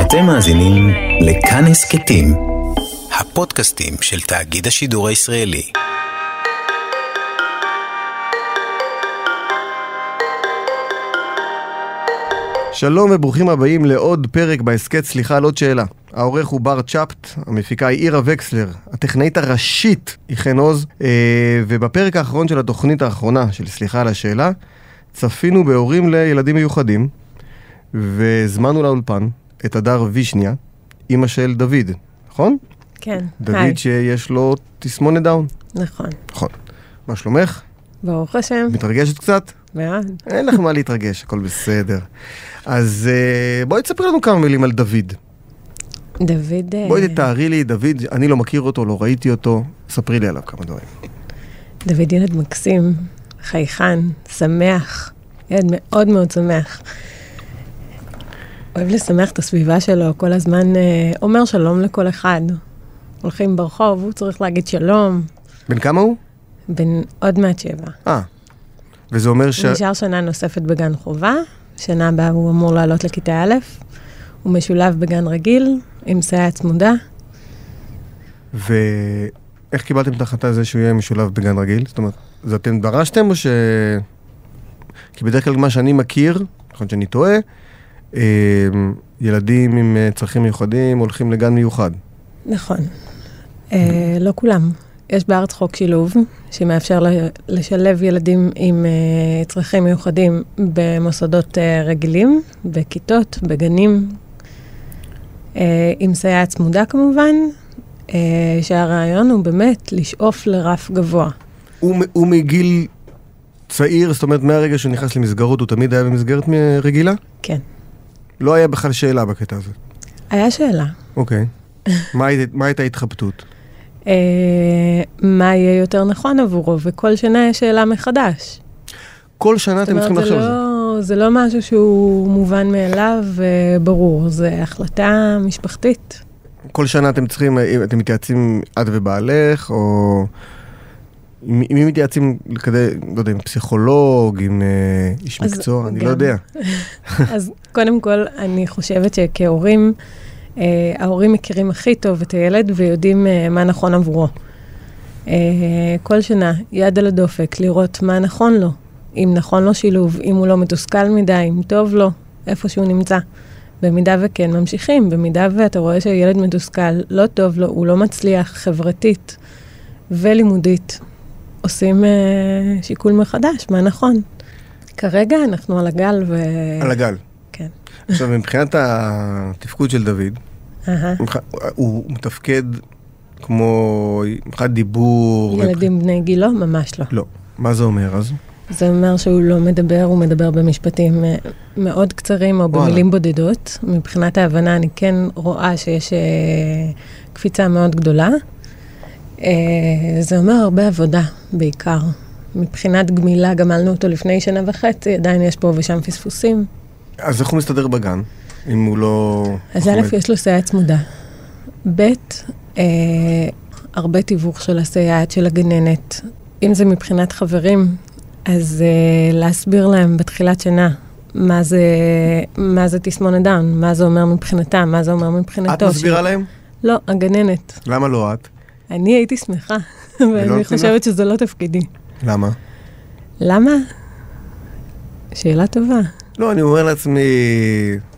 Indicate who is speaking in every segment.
Speaker 1: אתם מאזינים לכאן הסכתים, הפודקאסטים של תאגיד השידור הישראלי.
Speaker 2: שלום וברוכים הבאים לעוד פרק בהסכת סליחה על עוד שאלה. העורך הוא בר צ'פט, המפיקה היא עירה וקסלר, הטכנאית הראשית היא חן עוז, אה, ובפרק האחרון של התוכנית האחרונה של סליחה על השאלה, צפינו בהורים לילדים מיוחדים, והזמנו לאולפן את הדר וישניה, אימא של דוד, נכון?
Speaker 3: כן, היי,
Speaker 2: דוד שיש לו תסמונת דאון,
Speaker 3: נכון.
Speaker 2: נכון. מה שלומך?
Speaker 3: ברוך השם,
Speaker 2: מתרגשת קצת?
Speaker 3: מאוד.
Speaker 2: אין לך מה להתרגש, הכל בסדר. אז אה, בואי תספרי לנו כמה מילים על דוד.
Speaker 3: דוד... אה,
Speaker 2: בואי תתארי לי, דוד, אני לא מכיר אותו, לא ראיתי אותו, ספרי לי עליו כמה דברים.
Speaker 3: דוד ילד מקסים, חייכן, שמח, ילד מאוד מאוד שמח. אוהב לשמח את הסביבה שלו, כל הזמן אה, אומר שלום לכל אחד. הולכים ברחוב, הוא צריך להגיד שלום,
Speaker 2: בן כמה הוא?
Speaker 3: בן עוד מעט שבע.
Speaker 2: אה. וזה אומר ש...
Speaker 3: הוא נשאר שנה נוספת בגן חובה, שנה הבאה הוא אמור לעלות לכיתה א', הוא משולב בגן רגיל, עם סייעת צמודה.
Speaker 2: ואיך קיבלתם את ההחלטה הזה שהוא יהיה משולב בגן רגיל? זאת אומרת, זה אתם דרשתם או ש... כי בדרך כלל מה שאני מכיר, יכול להיות שאני טועה, אה, ילדים עם אה, צרכים מיוחדים הולכים לגן מיוחד.
Speaker 3: נכון. אה, לא כולם. יש בארץ חוק שילוב, שמאפשר ל- לשלב ילדים עם אה, צרכים מיוחדים במוסדות אה, רגילים, בכיתות, בגנים, אה, עם סייעת צמודה כמובן, אה, שהרעיון הוא באמת לשאוף לרף גבוה.
Speaker 2: הוא, מ- הוא מגיל צעיר, זאת אומרת, מהרגע שהוא נכנס למסגרות, הוא תמיד היה במסגרת מ- רגילה?
Speaker 3: כן.
Speaker 2: לא היה בכלל שאלה בקטע הזה.
Speaker 3: היה שאלה,
Speaker 2: אוקיי. מה, היית, מה הייתה ההתחבטות?
Speaker 3: אה, מה יהיה יותר נכון עבורו, וכל שנה יש שאלה מחדש.
Speaker 2: כל שנה אתם
Speaker 3: זאת
Speaker 2: צריכים
Speaker 3: אומרת,
Speaker 2: לחשוב
Speaker 3: זה
Speaker 2: על זה.
Speaker 3: לא, זה לא משהו שהוא מובן מאליו, אה, ברור, זה החלטה משפחתית.
Speaker 2: כל שנה אתם צריכים, אה, אתם מתייעצים את ובעלך, או... עם עם מי מתייעצים כדי, לא יודע, עם פסיכולוג, עם אה, איש
Speaker 3: אז
Speaker 2: מקצוע, אני
Speaker 3: גם. כן.
Speaker 2: לא יודע.
Speaker 3: אז קודם כל, אני חושבת שכהורים, אה, ההורים מכירים הכי טוב את הילד ויודעים אה, מה נכון עבורו. אה, כל שנה, יד על הדופק, לראות מה נכון לו. אם נכון לו שילוב, אם הוא לא מתוסכל מדי, אם טוב לו, איפה שהוא נמצא. במידה וכן, ממשיכים. במידה ואתה רואה שילד מתוסכל, לא טוב לו, הוא לא מצליח חברתית ולימודית, עושים אה, שיקול מחדש, מה נכון. כרגע אנחנו על הגל ו...
Speaker 2: על הגל.
Speaker 3: כן.
Speaker 2: עכשיו, מבחינת התפקוד של דוד,
Speaker 3: אהה.
Speaker 2: מבח- הוא מתפקד כמו מבחינת דיבור.
Speaker 3: ילדים בני גילו? ממש לא.
Speaker 2: לא. מה זה אומר אז?
Speaker 3: זה אומר שהוא לא מדבר, הוא מדבר במשפטים אה, מאוד קצרים או
Speaker 2: וואלה.
Speaker 3: במילים בודדות. מבחינת ההבנה אני כן רואה שיש אה, קפיצה מאוד גדולה. אה, זה אומר הרבה עבודה, בעיקר. מבחינת גמילה, גמלנו אותו לפני שנה וחצי, עדיין יש פה ושם פספוסים.
Speaker 2: אז איך הוא מסתדר בגן, אם הוא לא...
Speaker 3: אז
Speaker 2: חומד?
Speaker 3: א', יש לו סייעת צמודה. ב', אה, הרבה תיווך של הסייעת, של הגננת. אם זה מבחינת חברים, אז אה, להסביר להם בתחילת שנה מה זה, מה זה תסמונת דאון, מה זה אומר מבחינתם, מה זה אומר
Speaker 2: את
Speaker 3: מבחינתו.
Speaker 2: מסבירה להם?
Speaker 3: לא, הגננת.
Speaker 2: למה לא את?
Speaker 3: אני הייתי שמחה,
Speaker 2: נותנים
Speaker 3: ואני
Speaker 2: לך?
Speaker 3: חושבת שזה לא תפקידי.
Speaker 2: למה?
Speaker 3: למה? שאלה טובה.
Speaker 2: לא, אני אומר לעצמי,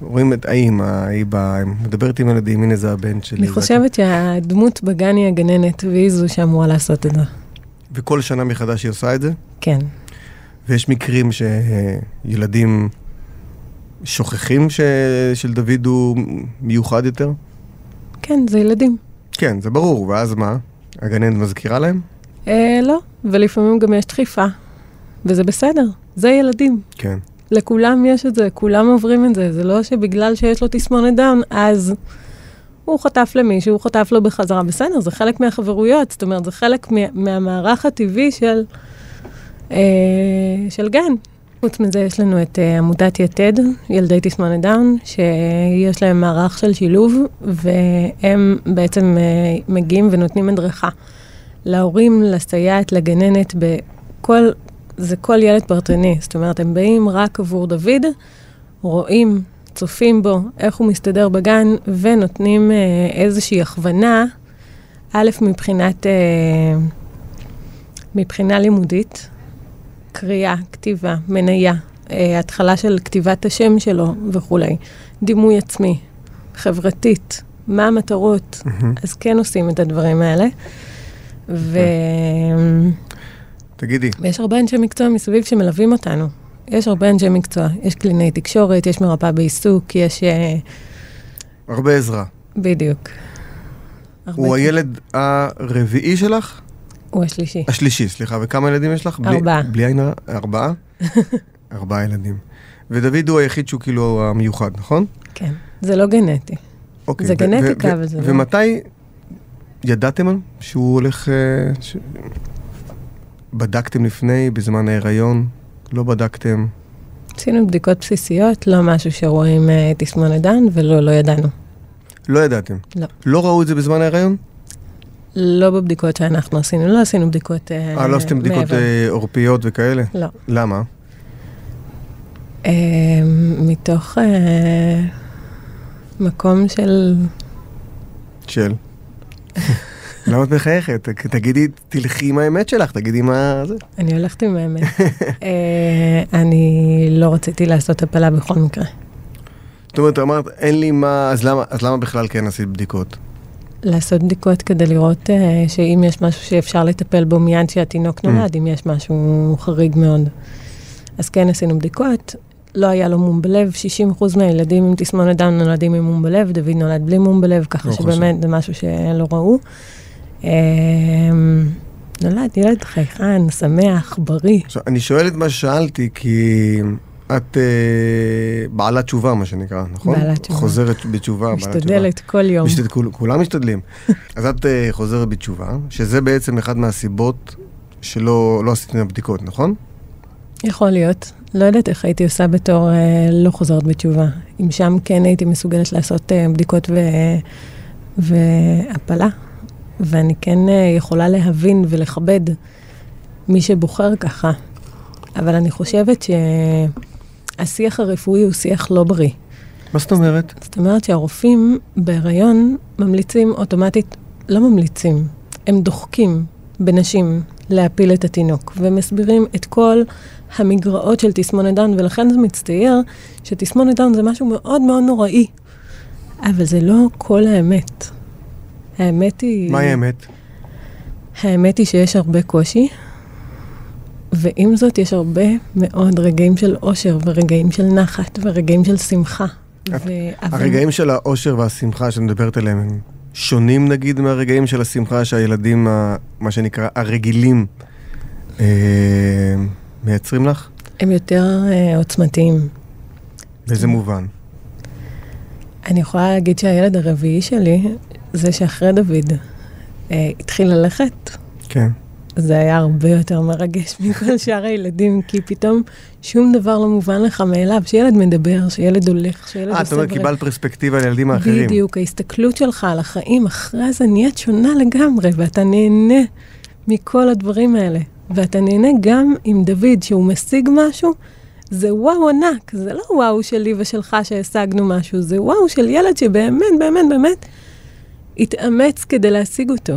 Speaker 2: רואים את האימא, היא באה, מדברת עם הילדים, הנה זה הבן שלי.
Speaker 3: אני
Speaker 2: זה-
Speaker 3: חושבת שהדמות בגן היא הגננת, והיא זו שאמורה לעשות את זה.
Speaker 2: וכל שנה מחדש היא עושה את זה,
Speaker 3: כן.
Speaker 2: ויש מקרים שילדים שוכחים ש... שלדוד הוא מיוחד יותר.
Speaker 3: כן, זה ילדים.
Speaker 2: כן, זה ברור, ואז מה? הגננת מזכירה להם?
Speaker 3: אה, לא, ולפעמים גם יש דחיפה, וזה בסדר, זה ילדים.
Speaker 2: כן.
Speaker 3: לכולם יש את זה, כולם עוברים את זה, זה לא שבגלל שיש לו תסמונת דאון, אז הוא חטף למישהו, הוא חטף לו בחזרה, בסדר, זה חלק מהחברויות, זאת אומרת, זה חלק מה, מהמערך הטבעי של, אה, של גן. חוץ מזה, יש לנו את אה, עמותת יתד, ילדי תסמונת דאון, שיש להם מערך של שילוב, והם בעצם אה, מגיעים ונותנים הדרכה להורים, לסייעת, לגננת, בכל זה כל ילד פרטני, זאת אומרת, הם באים רק עבור דוד, רואים צופים בו, איך הוא מסתדר בגן, ונותנים אה, איזושהי הכוונה, א', מבחינת, אה, מבחינה לימודית, קריאה, כתיבה, מניה, אה, התחלה של כתיבת השם שלו וכולי, דימוי עצמי, חברתית, מה המטרות, אז כן עושים את הדברים האלה. ו...
Speaker 2: תגידי,
Speaker 3: ויש הרבה אנשי מקצוע מסביב שמלווים אותנו. יש הרבה אנשי מקצוע, יש קלינאי תקשורת, יש מרפאה בעיסוק, יש... אה,
Speaker 2: הרבה עזרה.
Speaker 3: בדיוק. הרבה-
Speaker 2: הוא הילד הרביעי שלך?
Speaker 3: הוא השלישי.
Speaker 2: השלישי, סליחה. וכמה ילדים יש לך? בלי-
Speaker 3: ארבעה.
Speaker 2: בלי עין הרע? ארבעה? ארבעה ילדים. ודוד הוא היחיד שהוא כאילו המיוחד, נכון?
Speaker 3: כן. זה לא גנטי.
Speaker 2: אוקיי.
Speaker 3: זה
Speaker 2: ו-
Speaker 3: גנטיקה,
Speaker 2: ו-
Speaker 3: אבל זה
Speaker 2: ו-
Speaker 3: לא-
Speaker 2: ומתי ידעתם על- שהוא הולך... אה, ש- בדקתם לפני, בזמן ההיריון? לא בדקתם?
Speaker 3: עשינו בדיקות בסיסיות, לא משהו שרואים אה, תסמונת דן, ולא, לא ידענו.
Speaker 2: לא ידעתם.
Speaker 3: לא.
Speaker 2: לא ראו את זה בזמן ההיריון?
Speaker 3: לא בבדיקות שאנחנו עשינו, לא עשינו בדיקות אה,
Speaker 2: אה, לא עשיתם בדיקות
Speaker 3: מעבר.
Speaker 2: אה, עורפיות וכאלה?
Speaker 3: לא.
Speaker 2: למה?
Speaker 3: אה, מתוך אה, מקום של...
Speaker 2: של. למה את מחייכת? ת- תגידי, תלכי עם האמת שלך, תגידי מה זה.
Speaker 3: אני הולכת עם האמת. אה, אני לא רציתי לעשות הפלה בכל מקרה.
Speaker 2: זאת אומרת, אמרת, אין לי מה, אז למה, אז למה בכלל כן עשית בדיקות?
Speaker 3: לעשות בדיקות כדי לראות אה, שאם יש משהו שאפשר לטפל בו מיד שהתינוק נולד, אם יש משהו חריג מאוד. אז כן עשינו בדיקות, לא היה לו מום בלב, 60% מהילדים עם תסמונת דם נולדים עם מום בלב, דוד נולד בלי מום בלב, ככה
Speaker 2: לא
Speaker 3: שבאמת זה משהו שלא ראו. אה, נולד ילד חייכן, שמח, בריא.
Speaker 2: עכשיו, אני שואל את מה ששאלתי, כי את אה, בעלת תשובה, מה שנקרא, נכון?
Speaker 3: בעלת תשובה.
Speaker 2: חוזרת בתשובה, בעלת תשובה.
Speaker 3: משתדלת כל יום.
Speaker 2: משתד... כול, כולם משתדלים. אז את אה, חוזרת בתשובה, שזה בעצם אחת מהסיבות שלא לא עשיתם בדיקות, נכון?
Speaker 3: יכול להיות. לא יודעת איך הייתי עושה בתור אה, לא חוזרת בתשובה. אם שם כן הייתי מסוגלת לעשות אה, בדיקות ו, והפלה, ואני כן אה, יכולה להבין ולכבד מי שבוחר ככה. אבל אני חושבת שהשיח הרפואי הוא שיח לא בריא.
Speaker 2: מה זאת אומרת?
Speaker 3: זאת אומרת שהרופאים בהיריון ממליצים אוטומטית, לא ממליצים, הם דוחקים בנשים להפיל את התינוק, ומסבירים את כל המגרעות של תסמונת דאון, ולכן זה מצטייר שתסמונת דאון זה משהו מאוד מאוד נוראי. אבל זה לא כל האמת. האמת היא...
Speaker 2: מהי האמת?
Speaker 3: האמת היא שיש הרבה קושי, ועם זאת יש הרבה מאוד רגעים של אושר, ורגעים של נחת, ורגעים של שמחה. והבנה-
Speaker 2: הרגעים של האושר והשמחה שאת מדברת עליהם הם שונים נגיד מהרגעים של השמחה שהילדים, ה- מה שנקרא, הרגילים, אה, מייצרים לך?
Speaker 3: הם יותר אה, עוצמתיים.
Speaker 2: באיזה
Speaker 3: כן.
Speaker 2: מובן?
Speaker 3: אני יכולה להגיד שהילד הרביעי שלי, זה שאחרי דוד אה, התחיל ללכת,
Speaker 2: כן.
Speaker 3: זה היה הרבה יותר מרגש מכל שאר הילדים, כי פתאום שום דבר לא מובן לך מאליו, שילד מדבר, שילד הולך, שילד
Speaker 2: אה,
Speaker 3: עושה...
Speaker 2: את אומרת,
Speaker 3: דברים.
Speaker 2: קיבלת פרספקטיבה לילדים האחרים.
Speaker 3: בדיוק, ההסתכלות שלך על החיים אחרי זה נהיית שונה לגמרי, ואתה נהנה מכל הדברים האלה. ואתה נהנה גם עם דוד, שהוא משיג משהו, זה וואו ענק, זה לא וואו שלי ושלך שהשגנו משהו, זה וואו של ילד שבאמת, באמת, באמת התאמץ כדי להשיג אותו.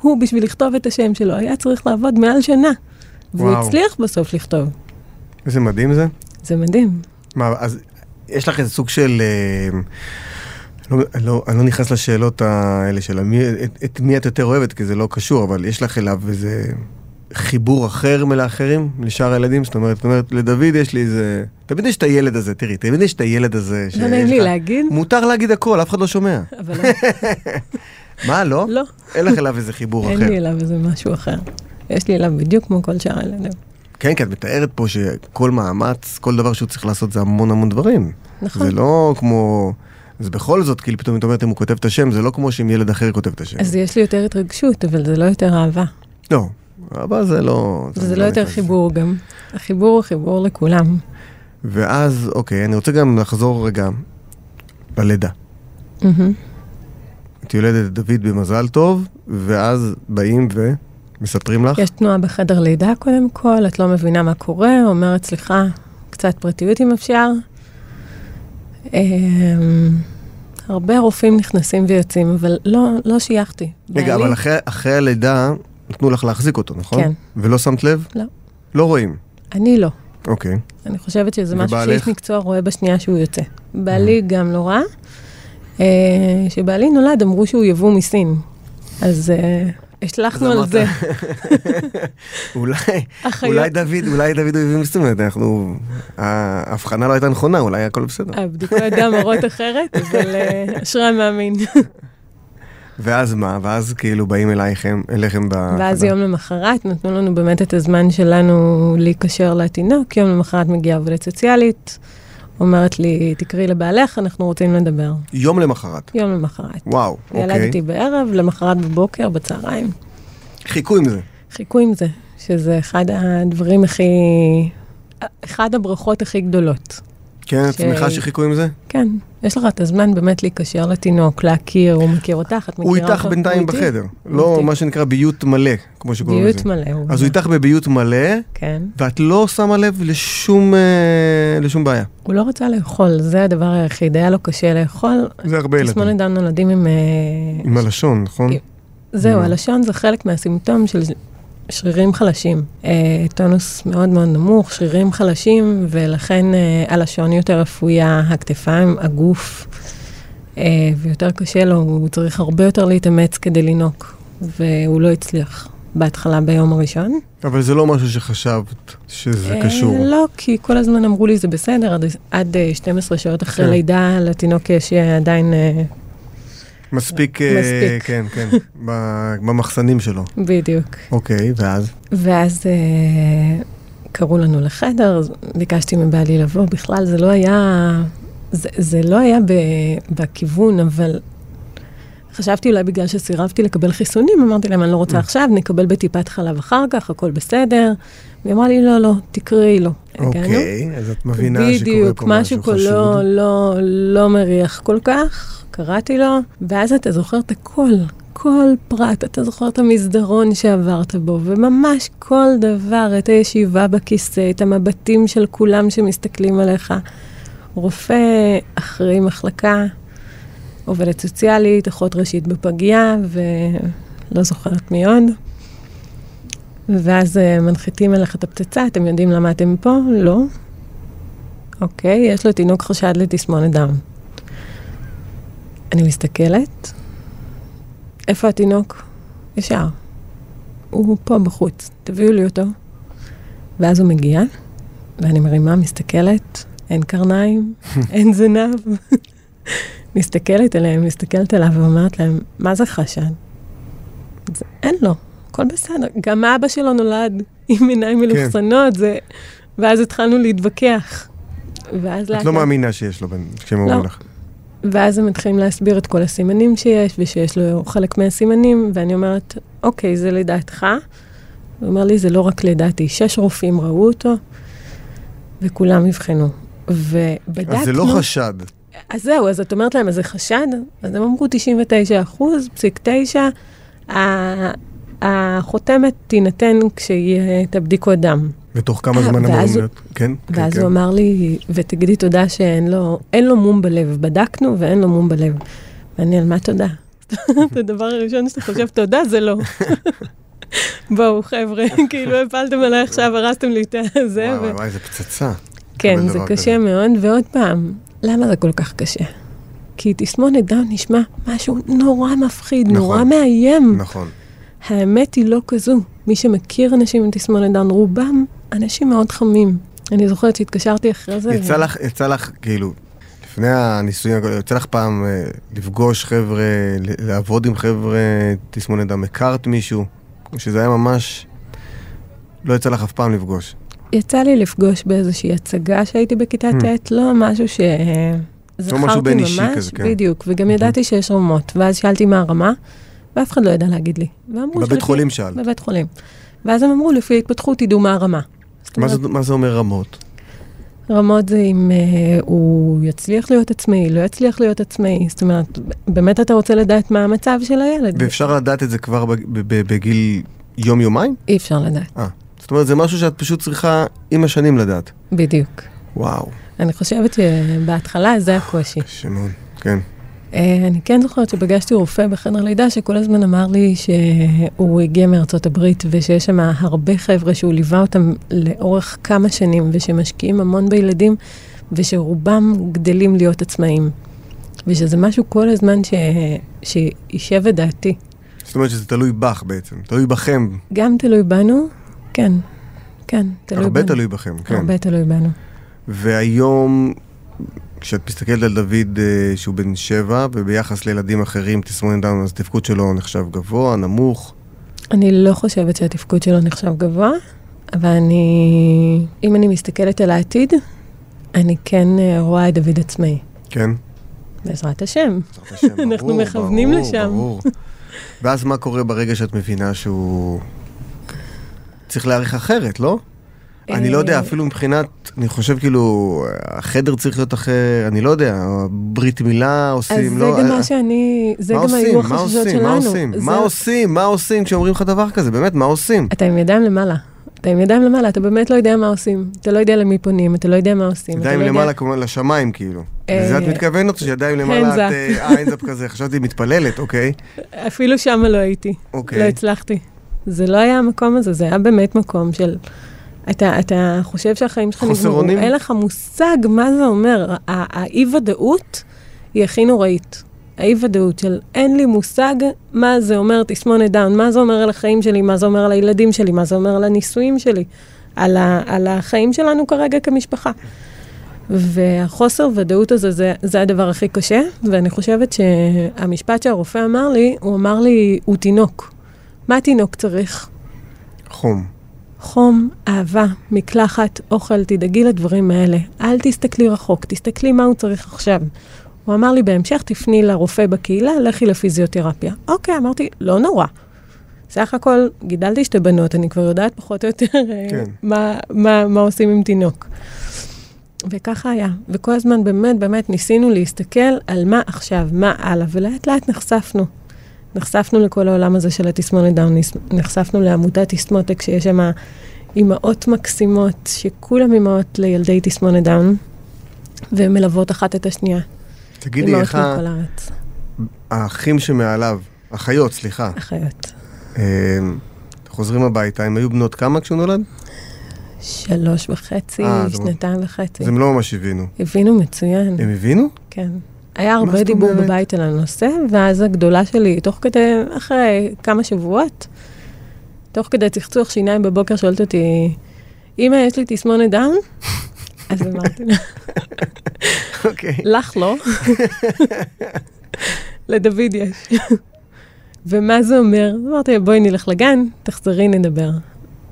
Speaker 3: הוא, בשביל לכתוב את השם שלו, היה צריך לעבוד מעל שנה. והוא
Speaker 2: וואו.
Speaker 3: הצליח בסוף לכתוב.
Speaker 2: איזה מדהים זה.
Speaker 3: זה מדהים.
Speaker 2: מה, אז יש לך איזה סוג של... אה, לא, לא, אני לא נכנס לשאלות האלה של מי, את, את מי את יותר אוהבת, כי זה לא קשור, אבל יש לך אליו איזה חיבור אחר מלאחרים, לשאר הילדים? זאת אומרת, זאת אומרת, לדוד יש לי איזה... תמיד יש את הילד הזה, תראי, תמיד יש את הילד הזה.
Speaker 3: לא
Speaker 2: שיש
Speaker 3: נעים לי
Speaker 2: לך-
Speaker 3: להגיד,
Speaker 2: מותר להגיד הכל, אף אחד לא שומע.
Speaker 3: אבל
Speaker 2: מה, לא?
Speaker 3: לא.
Speaker 2: אין לך אליו איזה חיבור
Speaker 3: אין
Speaker 2: אחר.
Speaker 3: לי אליו איזה משהו אחר. יש לי אליו בדיוק כמו כל שאר הילדים.
Speaker 2: כן, כי את מתארת פה שכל מאמץ, כל דבר שהוא צריך לעשות זה המון המון דברים.
Speaker 3: נכון.
Speaker 2: זה לא כמו... אז בכל זאת, כאילו פתאום את אומרת, אם הוא כותב את השם, זה לא כמו שאם ילד אחר כותב את השם.
Speaker 3: אז יש לי יותר התרגשות, אבל זה לא יותר אהבה.
Speaker 2: לא, אבל זה לא...
Speaker 3: זה
Speaker 2: אני
Speaker 3: לא יותר
Speaker 2: נכנס לזה.
Speaker 3: חיבור גם. החיבור הוא חיבור לכולם.
Speaker 2: ואז, אוקיי, אני רוצה גם לחזור רגע ללידה.
Speaker 3: מהמם.
Speaker 2: את יולדת את דוד במזל טוב, ואז באים ומספרים לך.
Speaker 3: יש תנועה בחדר לידה קודם כל, את לא מבינה מה קורה, אומרת סליחה, קצת פרטיות אם אפשר. אה, הרבה רופאים נכנסים ויוצאים, אבל לא, לא שייכתי.
Speaker 2: רגע,
Speaker 3: בעלי-
Speaker 2: אבל אחרי, אחרי הלידה נתנו לך להחזיק אותו, נכון?
Speaker 3: כן.
Speaker 2: ולא שמת לב?
Speaker 3: לא.
Speaker 2: לא רואים.
Speaker 3: אני לא.
Speaker 2: אוקיי.
Speaker 3: אני חושבת שזה משהו
Speaker 2: ובעלך?
Speaker 3: שאיש מקצוע רואה בשנייה שהוא יוצא. בעלי גם לא רע. אה, כשבעלי נולד אמרו שהוא יבוא מסין, אז אה, השלכנו על
Speaker 2: אמרת-
Speaker 3: זה.
Speaker 2: אולי,
Speaker 3: אחיות-
Speaker 2: אולי דוד, אולי דוד הוא הביא מסתובבת, אנחנו... ההבחנה לא הייתה נכונה, אולי הכל בסדר.
Speaker 3: הבדיקות אה, דם מראות אחרת, אבל אה, אשרי המאמין.
Speaker 2: אה, ואז מה? ואז כאילו באים אלייכם, אליכם ב...
Speaker 3: ואז יום למחרת נתנו לנו באמת את הזמן שלנו להיקשר לתינוק, יום למחרת מגיעה עובדת סוציאלית, אומרת לי, תקראי לבעלך, אנחנו רוצים לדבר.
Speaker 2: יום למחרת.
Speaker 3: יום למחרת.
Speaker 2: וואו, אוקיי.
Speaker 3: ילדתי בערב, למחרת בבוקר, בצהריים.
Speaker 2: חיכו עם זה.
Speaker 3: חיכו עם זה, שזה אחד הדברים הכי... אחד הברכות הכי גדולות.
Speaker 2: כן, את
Speaker 3: ש-
Speaker 2: שמחה שחיכו עם זה?
Speaker 3: כן, יש לך את הזמן באמת להיקשר לתינוק, להכיר, הוא מכיר אותך, את מכירה
Speaker 2: הוא
Speaker 3: אותו.
Speaker 2: איתך בינתיים
Speaker 3: איתי?
Speaker 2: בחדר.
Speaker 3: הוא
Speaker 2: לא
Speaker 3: איתי.
Speaker 2: מה שנקרא ביות מלא, כמו שקוראים לזה.
Speaker 3: ביות מלא. הוא-
Speaker 2: אז הוא איתך בביות מלא,
Speaker 3: כן.
Speaker 2: ואת לא שמה לב לשום, אה, לשום בעיה.
Speaker 3: הוא לא רצה לאכול, זה הדבר היחיד, היה לו קשה לאכול.
Speaker 2: זה הרבה
Speaker 3: תסמונת
Speaker 2: ילדים.
Speaker 3: דם נולדים עם... אה,
Speaker 2: עם הלשון, נכון?
Speaker 3: כן. זהו,
Speaker 2: נו.
Speaker 3: הלשון זה חלק מהסימפטום של שרירים חלשים. אה, טונוס מאוד מאוד נמוך, שרירים חלשים, ולכן אה, הלשון יותר רפויה, הכתפיים, הגוף, אה, ויותר קשה לו, הוא צריך הרבה יותר להתאמץ כדי לינוק, והוא לא הצליח בהתחלה ביום הראשון.
Speaker 2: אבל זה לא משהו שחשבת שזה
Speaker 3: אה,
Speaker 2: קשור.
Speaker 3: לא, כי כל הזמן אמרו לי זה בסדר, עד, עד אה, 12 שעות אחרי
Speaker 2: כן.
Speaker 3: לידה לתינוק יש אה, עדיין, אה,
Speaker 2: מספיק, אה,
Speaker 3: מספיק.
Speaker 2: כן, כן, ב- במחסנים שלו.
Speaker 3: בדיוק.
Speaker 2: אוקיי, ואז?
Speaker 3: ואז אה, קראו לנו לחדר, אז ביקשתי מבעלי לבוא, בכלל זה לא היה, זה, זה לא היה ב, בכיוון, אבל חשבתי אולי בגלל שסירבתי לקבל חיסונים, אמרתי להם, אני לא רוצה עכשיו, נקבל בטיפת חלב אחר כך, הכל בסדר. והיא אמרה לי, לא, לא, תקראי לו. הגענו.
Speaker 2: אוקיי, אז את מבינה שקורה
Speaker 3: בדיוק,
Speaker 2: פה
Speaker 3: משהו
Speaker 2: משהו
Speaker 3: פה
Speaker 2: חשוב.
Speaker 3: לא, לא, לא מריח כל כך, קראתי לו, ואז אתה זוכר את הכל, כל פרט, אתה זוכר את המסדרון שעברת בו, וממש כל דבר, את הישיבה בכיסא, את המבטים של כולם שמסתכלים עליך. רופא, אחראי מחלקה, עובדת סוציאלית, אחות ראשית בפגייה, ולא זוכרת מי עוד. ואז אה, מנחיתים אליך את הפצצה, אתם יודעים למה אתם פה? לא. אוקיי, יש לו תינוק חשד לתסמונת דם. אני מסתכלת, איפה התינוק? ישר. הוא פה בחוץ, תביאו לי אותו. ואז הוא מגיע, ואני מרימה, מסתכלת, אין קרניים, אין זנב. מסתכלת עליהם, מסתכלת עליו ואומרת להם, מה זה חשד? זה, אין לו, הכל בסדר. גם אבא שלו נולד עם עיניים מלוכסנות, זה... ואז התחלנו להתווכח. ואז
Speaker 2: את לא
Speaker 3: לאט לאט-
Speaker 2: מאמינה שיש לו בן, כשהם אומרים
Speaker 3: לא.
Speaker 2: לך.
Speaker 3: ואז הם מתחילים להסביר את כל הסימנים שיש, ושיש לו חלק מהסימנים, ואני אומרת, אוקיי, זה לדעתך? הוא אומר לי, זה לא רק לדעתי, שש רופאים ראו אותו, וכולם אבחנו. ובדקנו...
Speaker 2: אז זה לא חשד.
Speaker 3: אז זהו, אז את אומרת להם, אז זה חשד? אז הם אמרו 99 אחוז, פסיק 9, ה- החותמת תינתן כשיהיה את הבדיקות דם.
Speaker 2: ותוך כמה
Speaker 3: אה,
Speaker 2: זמן
Speaker 3: ואז
Speaker 2: אמורים
Speaker 3: הוא-
Speaker 2: להיות? כן, כן,
Speaker 3: ואז
Speaker 2: כן.
Speaker 3: הוא אמר לי, ותגידי תודה שאין לו, אין לו מום בלב. בדקנו ואין לו מום בלב. ואני, על מה תודה? הדבר הראשון שאתה חושב, תודה זה לא. בואו, חבר'ה, כאילו הפלתם עליי עכשיו, הרסתם לי את הזה.
Speaker 2: וואי,
Speaker 3: ו-
Speaker 2: וואי, וואי, זה פצצה.
Speaker 3: כן,
Speaker 2: לקבל
Speaker 3: זה
Speaker 2: דבר
Speaker 3: קשה
Speaker 2: כזה.
Speaker 3: מאוד, ועוד פעם, למה זה כל כך קשה? כי תסמונת דאון נשמע משהו נורא מפחיד,
Speaker 2: נכון.
Speaker 3: נורא מאיים.
Speaker 2: נכון.
Speaker 3: האמת היא לא כזו. מי שמכיר אנשים עם תסמונת דאון, רובם אנשים מאוד חמים. אני זוכרת שהתקשרתי אחרי זה.
Speaker 2: יצא לך, יצא לך, כאילו, לפני הניסויים, הכל, יצא לך פעם אה, לפגוש חבר'ה, ל- לעבוד עם חבר'ה, תסמונת דם, הכרת מישהו, או שזה היה ממש, לא יצא לך אף פעם לפגוש.
Speaker 3: יצא לי לפגוש באיזושהי הצגה שהייתי בכיתה
Speaker 2: Hmm. לא
Speaker 3: ט', לא משהו ש... אה, זכרתי
Speaker 2: משהו בין אישי
Speaker 3: ממש,
Speaker 2: כזה, כן.
Speaker 3: בדיוק, וגם ידעתי שיש רמות, ואז שאלתי מה הרמה, ואף אחד לא ידע להגיד לי. ואמרו
Speaker 2: בבית
Speaker 3: שלפי-
Speaker 2: חולים שאל.
Speaker 3: בבית חולים. ואז הם אמרו, לפי ההתפתחות תדעו מה הרמה. זאת
Speaker 2: מה זה-
Speaker 3: אומרת, כן.
Speaker 2: מה זה אומר רמות?
Speaker 3: רמות זה אם אה, הוא יצליח להיות עצמאי, לא יצליח להיות עצמאי. זאת אומרת, ב- באמת אתה רוצה לדעת מה המצב של הילד.
Speaker 2: ואפשר לדעת את זה כבר בג- ב- ב- בגיל יום-יומיים?
Speaker 3: אי אפשר לדעת,
Speaker 2: זאת אומרת, זה משהו שאת פשוט צריכה עם השנים לדעת.
Speaker 3: בדיוק.
Speaker 2: וואו.
Speaker 3: אני חושבת שבהתחלה זה הקושי.
Speaker 2: שמעון, כן.
Speaker 3: אה, אני כן זוכרת שפגשתי רופא בחדר לידה שכל הזמן אמר לי שהוא הגיע מארצות הברית ושיש שם הרבה חבר'ה שהוא ליווה אותם לאורך כמה שנים ושמשקיעים המון בילדים ושרובם גדלים להיות עצמאים. ושזה משהו כל הזמן ש... שישב את דעתי.
Speaker 2: זאת אומרת שזה תלוי בך בעצם, תלוי בכם.
Speaker 3: גם תלוי בנו, כן, כן, תלוי
Speaker 2: הרבה
Speaker 3: בנו.
Speaker 2: תלוי בכם, כן.
Speaker 3: הרבה תלוי בנו.
Speaker 2: והיום, כשאת מסתכלת על דוד אה, שהוא בן שבע, וביחס לילדים אחרים, תסמונת דאון, אז התפקוד שלו נחשב גבוה, נמוך.
Speaker 3: אני לא חושבת שהתפקוד שלו נחשב גבוה, אבל אני... אם אני מסתכלת על העתיד, אני כן אה, רואה את דוד עצמאי,
Speaker 2: כן?
Speaker 3: בעזרת השם.
Speaker 2: בעזרת השם, ברור,
Speaker 3: אנחנו מכוונים
Speaker 2: ברור,
Speaker 3: לשם.
Speaker 2: ברור. ואז מה קורה ברגע שאת מבינה שהוא... צריך להעריך אחרת, לא? אני לא יודע,
Speaker 3: אה,
Speaker 2: אפילו מבחינת, אני חושב כאילו, החדר צריך להיות אחר, אני לא יודע, ברית מילה
Speaker 3: אז
Speaker 2: עושים,
Speaker 3: זה
Speaker 2: לא...
Speaker 3: גם
Speaker 2: אה,
Speaker 3: מה שאני... זה
Speaker 2: מה
Speaker 3: גם
Speaker 2: עושים?
Speaker 3: היו
Speaker 2: מה
Speaker 3: החששות
Speaker 2: עושים?
Speaker 3: שלנו.
Speaker 2: מה עושים?
Speaker 3: זה-
Speaker 2: מה עושים? מה עושים כשאומרים לך דבר כזה? באמת, מה עושים?
Speaker 3: אתה עם ידיים למעלה. אתה עם ידיים למעלה, אתה באמת לא יודע מה עושים. אתה לא יודע למי פונים, אתה לא יודע מה עושים. אתה
Speaker 2: ידיים
Speaker 3: לא יודע-
Speaker 2: למעלה, כמו לשמיים כאילו.
Speaker 3: אה, כן,
Speaker 2: לזה את מתכוונת? שידיים למעלה, את...
Speaker 3: hands up.
Speaker 2: אה, אה, hands up כזה, חשבתי היא מתפללת, אוקיי?
Speaker 3: אפילו שם לא הייתי. לא
Speaker 2: אוקיי.
Speaker 3: הצלחתי. זה לא היה המקום הזה, זה היה באמת מקום של... אתה, אתה חושב שהחיים שלך
Speaker 2: חוסר
Speaker 3: נגמרו,
Speaker 2: אונים?
Speaker 3: אין לך מושג מה זה אומר. ה- האי-ודאות היא הכי נוראית. האי-ודאות של אין לי מושג מה זה אומר תסמונת דאון, מה זה אומר על החיים שלי, מה זה אומר על הילדים שלי, מה זה אומר על הנישואים שלי, על, ה, על החיים שלנו כרגע כמשפחה. והחוסר ודאות הזה, זה, זה הדבר הכי קשה, ואני חושבת שהמשפט שהרופא אמר לי, הוא אמר לי, הוא תינוק. מה תינוק צריך?
Speaker 2: חום.
Speaker 3: חום, אהבה, מקלחת, אוכל, תדאגי לדברים האלה. אל תסתכלי רחוק, תסתכלי מה הוא צריך עכשיו. הוא אמר לי, בהמשך תפני לרופא בקהילה, לכי לפיזיותרפיה. אוקיי, אמרתי, לא נורא. סך הכל, גידלתי שתי בנות, אני כבר יודעת פחות או יותר אה,
Speaker 2: כן.
Speaker 3: מה, מה, מה עושים עם תינוק. וככה היה. וכל הזמן באמת באמת ניסינו להסתכל על מה עכשיו, מה הלאה, ולאט לאט נחשפנו. נחשפנו לכל העולם הזה של התסמונת דאון, נס- נחשפנו לעמותת תסמותק, שיש שם אימהות מקסימות, שכולם אימהות לילדי תסמונת דאון, והן מלוות אחת את השנייה.
Speaker 2: תגידי איך ה-
Speaker 3: אימהות מכל הארץ,
Speaker 2: האחים שמעליו, אחיות, סליחה,
Speaker 3: אחיות.
Speaker 2: אה, חוזרים הביתה, הם היו בנות כמה כשהוא נולד?
Speaker 3: שלוש וחצי,
Speaker 2: אה, זה-
Speaker 3: שנתיים וחצי.
Speaker 2: אז הם לא ממש הבינו.
Speaker 3: הבינו מצוין.
Speaker 2: הם הבינו?
Speaker 3: כן. היה
Speaker 2: מה
Speaker 3: הרבה
Speaker 2: זאת
Speaker 3: דיבור
Speaker 2: אומרת?
Speaker 3: בבית על הנושא, ואז הגדולה שלי, תוך כדי, אחרי כמה שבועות, תוך כדי צחצוח שיניים בבוקר, שואלת אותי, אמא, יש לי תסמונת דאון? אז אמרתי לה,
Speaker 2: אוקיי.
Speaker 3: לך לא, לדוד יש. ומה זה אומר? אמרתי לה, בואי נלך לגן, תחזרי, נדבר.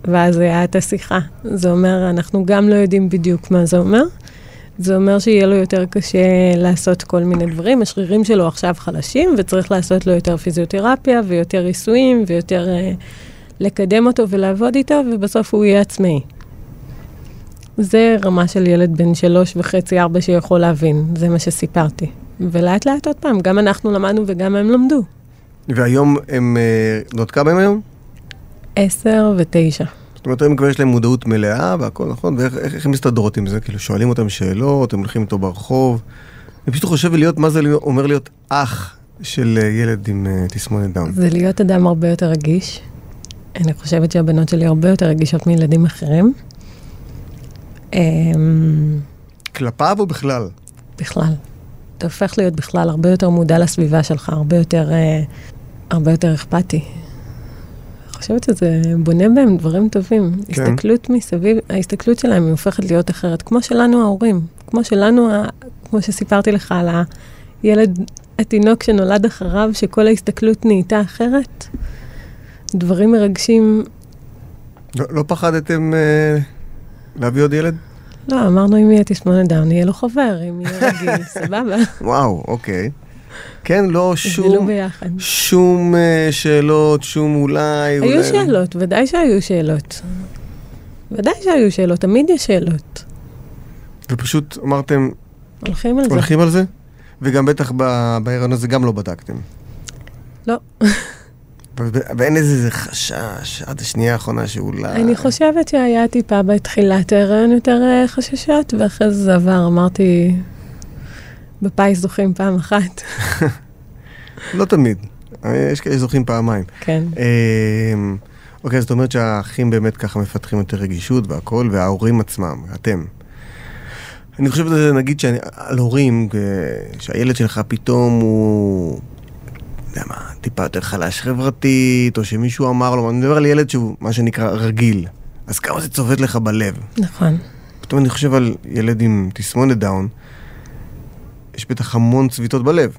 Speaker 3: ואז היה את השיחה. זה אומר, אנחנו גם לא יודעים בדיוק מה זה אומר. זה אומר שיהיה לו יותר קשה לעשות כל מיני דברים. השרירים שלו עכשיו חלשים, וצריך לעשות לו יותר פיזיותרפיה, ויותר עיסויים, ויותר אה, לקדם אותו ולעבוד איתו, ובסוף הוא יהיה עצמאי. זה רמה של ילד בן שלוש וחצי, ארבע שיכול להבין, זה מה שסיפרתי. ולאט לאט עוד פעם, גם אנחנו למדנו וגם הם למדו.
Speaker 2: והיום הם, אה, בנות כמה הם היום?
Speaker 3: עשר ותשע.
Speaker 2: זאת אומרת, היום כבר יש להם מודעות מלאה והכל נכון, ואיך איך, איך הם מסתדרות עם זה? כאילו, שואלים אותם שאלות, הם הולכים איתו ברחוב. אני פשוט חושב להיות, מה זה להיות- אומר להיות אח של אה, ילד עם אה, תסמונת דאון.
Speaker 3: זה להיות אדם הרבה יותר רגיש. אני חושבת שהבנות שלי הרבה יותר רגישות מילדים אחרים. אמ,
Speaker 2: כלפיו או בכלל?
Speaker 3: בכלל. אתה הופך להיות בכלל הרבה יותר מודע לסביבה שלך, הרבה יותר, אה, הרבה יותר אכפתי. אני חושבת שזה בונה בהם דברים טובים. כן. הסתכלות מסביב, ההסתכלות שלהם היא הופכת להיות אחרת, כמו שלנו ההורים, כמו שלנו, ה- כמו שסיפרתי לך על הילד, התינוק שנולד אחריו, שכל ההסתכלות נהייתה אחרת. דברים מרגשים.
Speaker 2: לא, לא פחדתם אה, להביא עוד ילד?
Speaker 3: לא, אמרנו אם יהיה תסמונת דאון, יהיה לו חבר, אם יהיה רגיל, סבבה.
Speaker 2: וואו, אוקיי. כן, לא
Speaker 3: גדלו
Speaker 2: שום,
Speaker 3: ביחד.
Speaker 2: שום אה, שאלות, שום אולי...
Speaker 3: היו
Speaker 2: אולי... לא.
Speaker 3: שאלות, ודאי שהיו שאלות. ודאי שהיו שאלות, תמיד יש שאלות.
Speaker 2: ופשוט אמרתם,
Speaker 3: הולכים על זה.
Speaker 2: הולכים על זה? וגם בטח ב- בהיריון הזה גם לא בדקתם.
Speaker 3: לא.
Speaker 2: ו- ואין איזה איזה חשש עד השנייה האחרונה שאולי...
Speaker 3: אני חושבת שהיה טיפה בתחילת ההיריון יותר אה, חששות, ואחרי זה זה עבר, אמרתי, בפיס זוכים פעם אחת.
Speaker 2: לא תמיד. אה, יש כאלה שזוכים פעמיים.
Speaker 3: כן.
Speaker 2: אמ, אוקיי, זאת אומרת שהאחים באמת ככה מפתחים יותר רגישות והכול, וההורים עצמם, אתם. אני חושב שזה, נגיד, שאני- על הורים, אה, שהילד שלך פתאום הוא, יודע מה, טיפה יותר חלש חברתית, או שמישהו אמר לו, אני מדבר על ילד שהוא מה שנקרא רגיל. אז כמה זה צובט לך בלב?
Speaker 3: נכון.
Speaker 2: פתאום אני חושב על ילד עם תסמונת דאון, יש בטח המון צביטות בלב.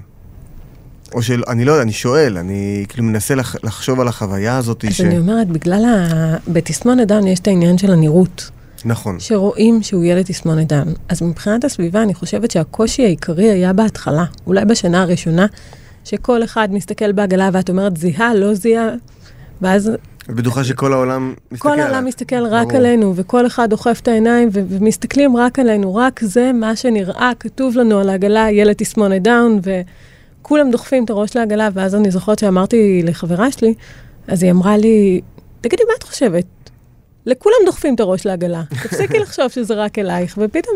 Speaker 2: או של, אני לא יודע, אני שואל, אני כאילו מנסה לח, לחשוב על החוויה הזאת ש...
Speaker 3: אז אני אומרת, בגלל ה... בתסמונת דאון יש את העניין של הנראות,
Speaker 2: נכון,
Speaker 3: שרואים שהוא ילד תסמונת דאון. אז מבחינת הסביבה, אני חושבת שהקושי העיקרי היה בהתחלה, אולי בשנה הראשונה, שכל אחד מסתכל בעגלה ואת אומרת, זיהה, לא זיהה, ואז
Speaker 2: את בטוחה שכל העולם מסתכל
Speaker 3: אה, כל העולם
Speaker 2: עליו.
Speaker 3: מסתכל רק
Speaker 2: ברור.
Speaker 3: עלינו, וכל אחד דוחף את העיניים ו- ומסתכלים רק עלינו, רק זה מה שנראה, כתוב לנו על העגלה, ילד תסמונת דאון, וכולם דוחפים את הראש לעגלה, ואז אני זוכרת שאמרתי לחברה שלי, אז היא אמרה לי, תגידי, מה את חושבת? לכולם דוחפים את הראש לעגלה, תפסיקי לחשוב שזה רק אלייך, ופתאום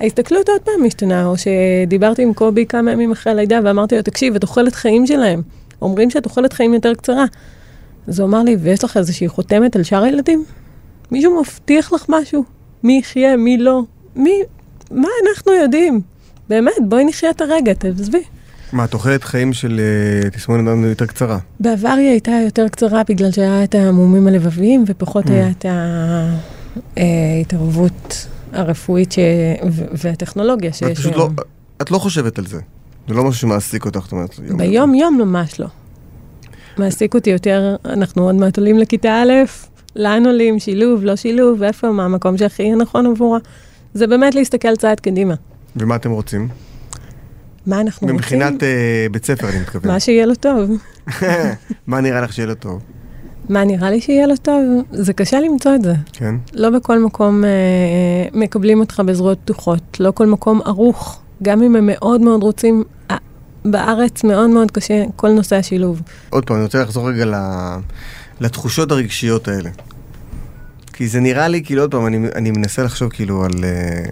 Speaker 3: ההסתכלות עוד פעם משתנה, או שדיברתי עם קובי כמה ימים אחרי הלידה ואמרתי לו, תקשיב, את אוכלת חיים שלהם. אומרים שאת אוכלת חיים יותר קצרה. אז הוא אמר לי, ויש לך איזושהי חותמת על שאר הילדים? מישהו מבטיח לך משהו? מי יחיה, מי לא? מי... מה אנחנו יודעים? באמת, בואי נחיה את הרגע, תעזבי.
Speaker 2: מה, תוחלת חיים של אה, תסמונת דאון יותר קצרה.
Speaker 3: בעבר היא הייתה יותר קצרה בגלל שהיה את המומים הלבביים ופחות
Speaker 2: Mm.
Speaker 3: היה את אה, ההתערבות הרפואית ש... ו- והטכנולוגיה שיש
Speaker 2: ואת פשוט לא, את לא חושבת על זה. זה לא משהו שמעסיק אותך, זאת אומרת. יום-
Speaker 3: ביום-יום ממש לא. מעסיק אותי יותר, אנחנו עוד מעט עולים לכיתה א', לאן עולים, שילוב, לא שילוב, איפה, מה המקום שהכי נכון עבורה. זה באמת להסתכל צעד קדימה.
Speaker 2: ומה אתם רוצים?
Speaker 3: מה אנחנו רוצים?
Speaker 2: מבחינת אה, בית ספר, אני מתכוון.
Speaker 3: מה שיהיה לו טוב.
Speaker 2: מה נראה לך שיהיה לו טוב?
Speaker 3: מה נראה לי שיהיה לו טוב? זה קשה למצוא את זה.
Speaker 2: כן?
Speaker 3: לא בכל מקום אה, מקבלים אותך בזרועות פתוחות, לא כל מקום ערוך, גם אם הם מאוד מאוד רוצים. אה, בארץ מאוד מאוד קשה כל נושא השילוב.
Speaker 2: עוד פעם, אני רוצה לחזור רגע ל- לתחושות הרגשיות האלה. כי זה נראה לי, כאילו, עוד פעם, אני, אני מנסה לחשוב כאילו על אה,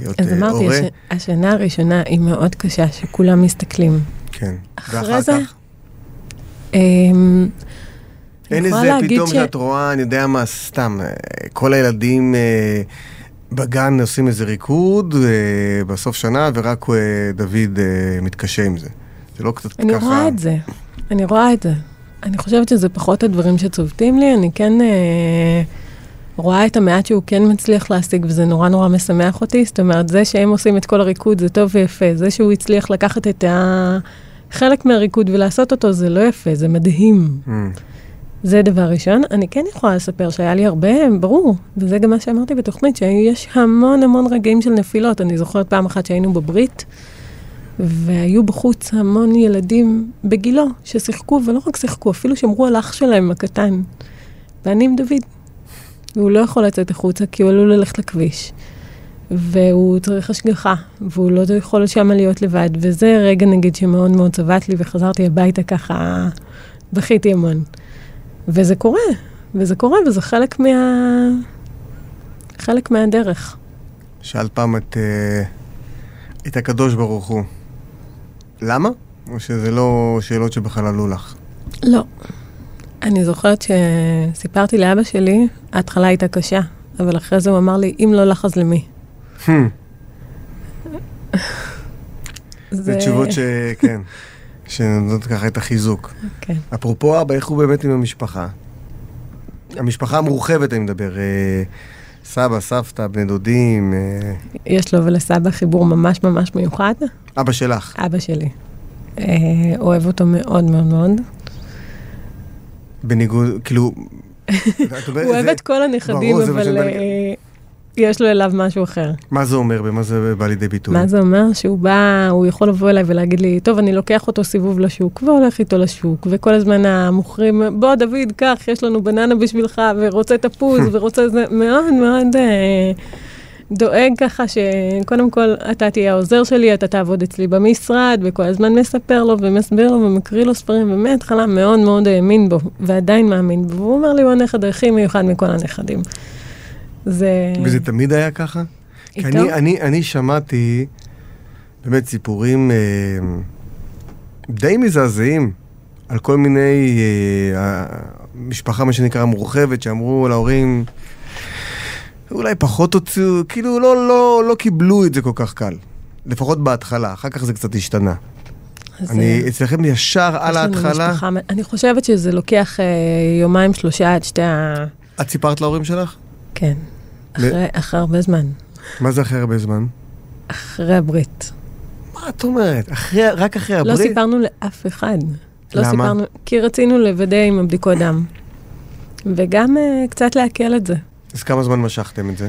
Speaker 2: להיות
Speaker 3: אז
Speaker 2: אה,
Speaker 3: אמרתי,
Speaker 2: הורה.
Speaker 3: הש... השנה הראשונה היא מאוד קשה, שכולם מסתכלים.
Speaker 2: כן.
Speaker 3: אחרי
Speaker 2: ואחר
Speaker 3: זה,
Speaker 2: כך,
Speaker 3: אמ, אני
Speaker 2: אין
Speaker 3: יכולה
Speaker 2: איזה
Speaker 3: להגיד
Speaker 2: פתאום
Speaker 3: ש-
Speaker 2: שאת רואה, אני יודע מה, סתם, אה, כל הילדים אה, בגן עושים איזה ריקוד אה, בסוף שנה, ורק אה, דוד אה, מתקשה עם זה. זה לא קצת
Speaker 3: אני
Speaker 2: ככה...
Speaker 3: רואה את זה, אני רואה את זה. אני חושבת שזה פחות הדברים שצובטים לי, אני כן אה, רואה את המעט שהוא כן מצליח להשיג, וזה נורא נורא משמח אותי. זאת אומרת, זה שהם עושים את כל הריקוד זה טוב ויפה, זה שהוא הצליח לקחת את ה... חלק מהריקוד ולעשות אותו זה לא יפה, זה מדהים.
Speaker 2: Mm.
Speaker 3: זה דבר ראשון. אני כן יכולה לספר שהיה לי הרבה, ברור, וזה גם מה שאמרתי בתוכנית, שיש המון המון רגעים של נפילות. אני זוכרת פעם אחת שהיינו בברית, והיו בחוץ המון ילדים בגילו ששיחקו, ולא רק שיחקו, אפילו שמרו על אח שלהם הקטן. ואני עם דוד. והוא לא יכול לצאת החוצה כי הוא עלול ללכת לכביש. והוא צריך השגחה, והוא לא יכול שם להיות לבד, וזה רגע נגיד שמאוד מאוד צבט לי, וחזרתי הביתה ככה, בכיתי המון. וזה קורה, וזה קורה, וזה חלק מה... חלק מהדרך.
Speaker 2: שאל פעם את, אה, את הקדוש ברוך הוא, למה? או שזה לא שאלות שבכלל עלו לך?
Speaker 3: לא. אני זוכרת שסיפרתי לאבא שלי, ההתחלה הייתה קשה, אבל אחרי זה הוא אמר לי, אם לא לך, אז למי?
Speaker 2: Hmm.
Speaker 3: זה
Speaker 2: זה תשובות שכן, שנותנות ככה את החיזוק.
Speaker 3: כן.
Speaker 2: אפרופו אבא, איך הוא באמת עם המשפחה? המשפחה המורחבת, אני מדבר. אה, סבא, סבתא, בני דודים, אה,
Speaker 3: יש לו ולסבא חיבור ממש ממש מיוחד,
Speaker 2: אבא שלך.
Speaker 3: אבא שלי. אה, אוהב אותו מאוד מאוד מאוד.
Speaker 2: בניגוד, כאילו... את אומרת,
Speaker 3: הוא אוהב
Speaker 2: זה-
Speaker 3: את כל הנכדים,
Speaker 2: ברור, זה מה
Speaker 3: אבל
Speaker 2: שאני בא-
Speaker 3: אה, יש לו אליו משהו אחר.
Speaker 2: מה זה אומר? במה זה בא לידי ביטוי?
Speaker 3: מה זה אומר? שהוא בא, הוא יכול לבוא אליי ולהגיד לי, טוב, אני לוקח אותו סיבוב לשוק, והולך איתו לשוק, וכל הזמן המוכרים, בוא, דוד, קח, יש לנו בננה בשבילך, ורוצה תפוז, ורוצה זה, מאוד מאוד אה, דואג ככה שקודם כל אתה תהיה העוזר שלי, אתה תעבוד אצלי במשרד, וכל הזמן מספר לו ומסביר לו ומקריא לו ספרים, ומההתחלה מאוד מאוד האמין בו, ועדיין מאמין בו, והוא אומר לי, הוא הנכד הכי מיוחד מכל הנכדים. זה...
Speaker 2: וזה תמיד היה ככה? כי
Speaker 3: כן. איתו?
Speaker 2: אני, אני, אני שמעתי באמת סיפורים אה, די מזעזעים על כל מיני, אה, המשפחה, מה שנקרא, מורחבת, שאמרו להורים, אולי פחות הוציאו, כאילו לא, לא, לא קיבלו את זה כל כך קל. לפחות בהתחלה, אחר כך זה קצת השתנה.
Speaker 3: אז, אה,
Speaker 2: אני אצלכם ישר על
Speaker 3: יש לנו
Speaker 2: ההתחלה.
Speaker 3: משפחה- אני חושבת שזה לוקח אה, יומיים, שלושה עד שתי ה...
Speaker 2: את סיפרת להורים שלך?
Speaker 3: כן.
Speaker 2: ו-
Speaker 3: אחרי, אחרי הרבה זמן.
Speaker 2: מה זה אחרי הרבה זמן?
Speaker 3: אחרי הברית.
Speaker 2: מה את אומרת? אחרי, רק אחרי הברית?
Speaker 3: לא סיפרנו לאף אחד. לא
Speaker 2: למה?
Speaker 3: סיפרנו, כי רצינו לוודא עם הבדיקות דם. וגם אה, קצת לעכל את זה.
Speaker 2: אז כמה זמן משכתם את זה?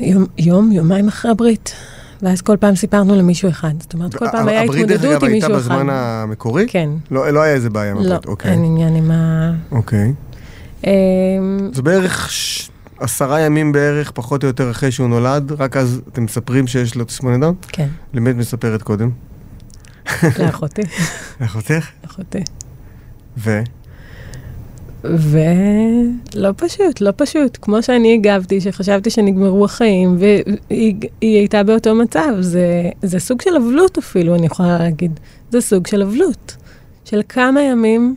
Speaker 3: יום, יום, יומיים אחרי הברית. ואז כל פעם סיפרנו למישהו אחד. זאת אומרת, כל פעם היה
Speaker 2: הברית, דרך
Speaker 3: התמודדות
Speaker 2: אגב,
Speaker 3: עם
Speaker 2: הייתה
Speaker 3: מישהו אחד.
Speaker 2: בזמן המקורי?
Speaker 3: כן.
Speaker 2: לא, לא היה איזה בעיה עם
Speaker 3: לא,
Speaker 2: הברית, אוקיי.
Speaker 3: אין עניין עם ה...
Speaker 2: אוקיי.
Speaker 3: אמ,
Speaker 2: זה בערך ש... עשרה ימים בערך, פחות או יותר, אחרי שהוא נולד, רק אז אתם מספרים שיש לו תסמונת דם?
Speaker 3: כן,
Speaker 2: למי את מספרת קודם?
Speaker 3: לאחותי,
Speaker 2: לאחותך?
Speaker 3: לאחותי.
Speaker 2: ו?
Speaker 3: ולא פשוט, לא פשוט. כמו שאני הגבתי, שחשבתי שנגמרו החיים, והיא היא הייתה באותו מצב. זה, זה סוג של אבלות אפילו, אני יכולה להגיד. זה סוג של אבלות. של כמה ימים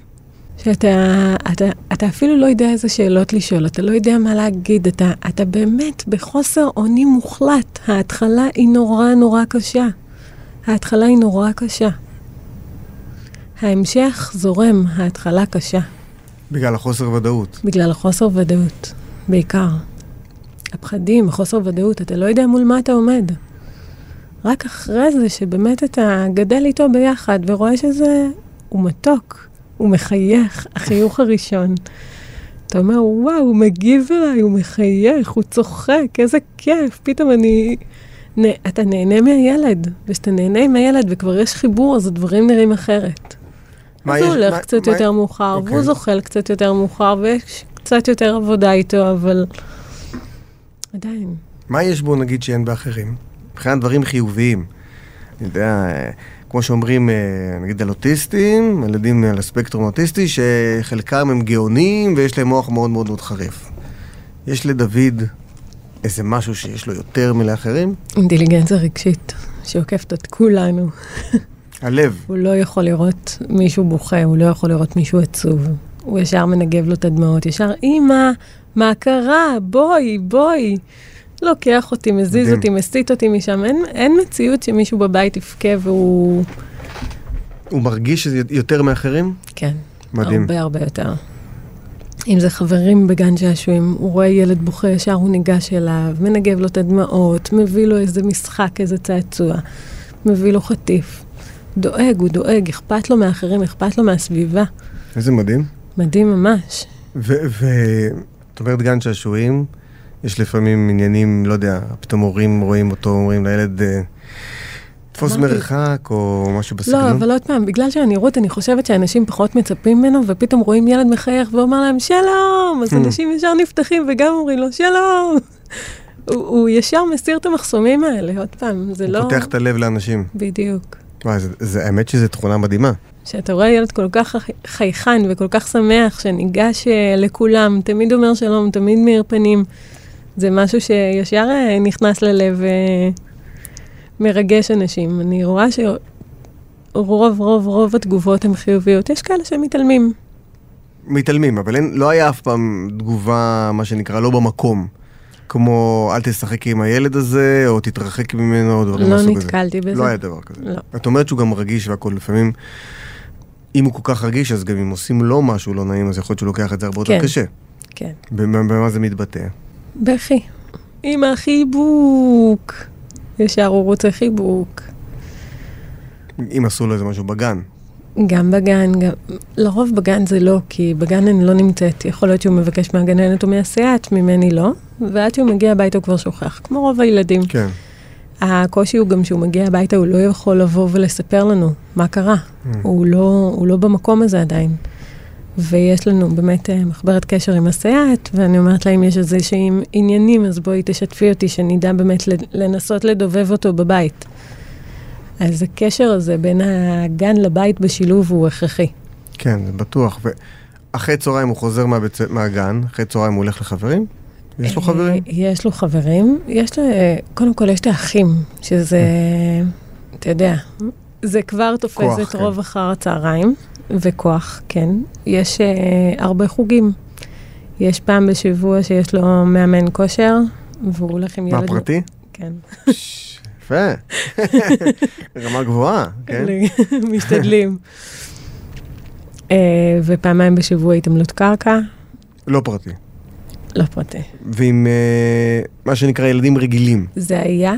Speaker 3: שאתה אתה, אתה אפילו לא יודע איזה שאלות לשאול, אתה לא יודע מה להגיד, אתה, אתה באמת בחוסר אונים מוחלט. ההתחלה היא נורא נורא קשה. ההתחלה היא נורא קשה. ההמשך זורם, ההתחלה קשה.
Speaker 2: בגלל החוסר ודאות.
Speaker 3: בגלל החוסר ודאות, בעיקר. הפחדים, החוסר ודאות, אתה לא יודע מול מה אתה עומד. רק אחרי זה שבאמת אתה גדל איתו ביחד ורואה שזה... הוא מתוק, הוא מחייך, החיוך הראשון. אתה אומר, וואו, הוא מגיב אליי, הוא מחייך, הוא צוחק, איזה כיף, פתאום אני... נה, אתה נהנה מהילד, וכשאתה נהנה עם הילד וכבר יש חיבור, אז הדברים נראים אחרת.
Speaker 2: מה
Speaker 3: אז הוא
Speaker 2: יש-
Speaker 3: הולך
Speaker 2: מה-
Speaker 3: קצת
Speaker 2: מה-
Speaker 3: יותר מאוחר,
Speaker 2: אוקיי.
Speaker 3: והוא זוחל קצת יותר מאוחר, ויש קצת יותר עבודה איתו, אבל עדיין.
Speaker 2: מה יש בו, נגיד, שאין באחרים? מבחינת דברים חיוביים. אני יודע, אה, כמו שאומרים, אה, נגיד על אוטיסטים, ילדים על הספקטרום האוטיסטי, שחלקם הם גאונים ויש להם מוח מאוד מאוד מאוד חריף. יש לדוד איזה משהו שיש לו יותר מלאחרים?
Speaker 3: אינטליגנציה רגשית שעוקפת את כולנו.
Speaker 2: הלב.
Speaker 3: הוא לא יכול לראות מישהו בוכה, הוא לא יכול לראות מישהו עצוב. הוא ישר מנגב לו את הדמעות, ישר, אמא, מה קרה? בואי, בואי. לוקח אותי, מזיז
Speaker 2: מדהים.
Speaker 3: אותי, מסיט אותי משם. אין, אין מציאות שמישהו בבית יבכה והוא...
Speaker 2: הוא מרגיש שזה יותר מאחרים?
Speaker 3: כן.
Speaker 2: מדהים.
Speaker 3: הרבה הרבה יותר. אם זה חברים בגן שעשועים, הוא רואה ילד בוכה ישר, הוא ניגש אליו, מנגב לו את הדמעות, מביא לו איזה משחק, איזה צעצוע, מביא לו חטיף. דואג, הוא דואג, אכפת לו מאחרים, אכפת לו מהסביבה.
Speaker 2: איזה מדהים.
Speaker 3: מדהים ממש.
Speaker 2: ואת אומרת גן שעשועים, יש לפעמים עניינים, לא יודע, פתאום הורים רואים אותו, אומרים לילד, אה, תפוס
Speaker 3: אמרתי-
Speaker 2: מרחק או משהו בסגנון.
Speaker 3: לא, אבל עוד פעם, בגלל שהנראות, אני חושבת שאנשים פחות מצפים ממנו, ופתאום רואים ילד מחייך ואומר להם, שלום! אז
Speaker 2: Hmm.
Speaker 3: אנשים ישר נפתחים וגם אומרים לו, שלום! הוא, הוא ישר מסיר את המחסומים האלה, עוד פעם, זה לא...
Speaker 2: הוא פותח את הלב לאנשים.
Speaker 3: בדיוק.
Speaker 2: וואי, זה- זה, האמת שזו תכונה מדהימה.
Speaker 3: שאתה רואה ילד כל כך חי- חייכן וכל כך שמח, שניגש אה, לכולם, תמיד אומר שלום, תמיד מאיר פנים, זה משהו שישר אה, נכנס ללב ומרגש אנשים. אני רואה שרוב, רוב, רוב התגובות הן חיוביות. יש כאלה שמתעלמים.
Speaker 2: מתעלמים, אבל אין, לא היה אף פעם תגובה, מה שנקרא, לא במקום. כמו, אל תשחק עם הילד הזה, או תתרחק ממנו, או דברים
Speaker 3: לא
Speaker 2: מהסוג הזה.
Speaker 3: נתקלתי בזה.
Speaker 2: לא היה דבר כזה.
Speaker 3: לא.
Speaker 2: את אומרת שהוא גם רגיש והכל, לפעמים, אם הוא כל כך רגיש, אז גם אם עושים לו משהו לא נעים, אז יכול להיות שהוא לוקח את זה הרבה יותר
Speaker 3: כן.
Speaker 2: קשה.
Speaker 3: כן.
Speaker 2: במה במה זה מתבטא?
Speaker 3: בכי. אמא, חיבוק. ישר הוא רוצה חיבוק.
Speaker 2: אם עשו לו איזה משהו בגן.
Speaker 3: גם בגן, גם... לרוב בגן זה לא, כי בגן אני לא נמצאת. יכול להיות שהוא מבקש מהגננת או מהסייעת, ממני לא, ועד שהוא מגיע הביתה הוא כבר שוכח, כמו רוב הילדים.
Speaker 2: כן.
Speaker 3: הקושי הוא גם שהוא מגיע הביתה, הוא לא יכול לבוא ולספר לנו מה קרה. הוא לא, הוא לא במקום הזה עדיין. ויש לנו באמת אה, מחברת קשר עם הסייעת, ואני אומרת לה, אם יש איזה שהם עניינים, אז בואי תשתפי אותי, שנדע באמת לד- לנסות לדובב אותו בבית. אז הקשר הזה בין הגן לבית בשילוב הוא הכרחי.
Speaker 2: כן, זה בטוח. ואחרי צהריים הוא חוזר מהבית, מהגן, אחרי צהריים הוא הולך לחברים? יש לו
Speaker 3: אה,
Speaker 2: חברים?
Speaker 3: יש לו חברים. יש לו, אה, קודם כל, יש את האחים, שזה, אתה יודע, זה כבר
Speaker 2: כוח,
Speaker 3: תופס את
Speaker 2: כן.
Speaker 3: רוב אחר הצהריים, וכוח, כן. יש אה, הרבה חוגים. יש פעם בשבוע שיש לו מאמן כושר, והוא הולך עם ילד...
Speaker 2: מה, פרטי?
Speaker 3: כן.
Speaker 2: ש- יפה. רמה גבוהה, כן?
Speaker 3: משתדלים. אה, ופעמיים בשבוע התעמלות קרקע,
Speaker 2: לא פרטי.
Speaker 3: לא פרטי.
Speaker 2: ועם אה, מה שנקרא ילדים רגילים.
Speaker 3: זה היה,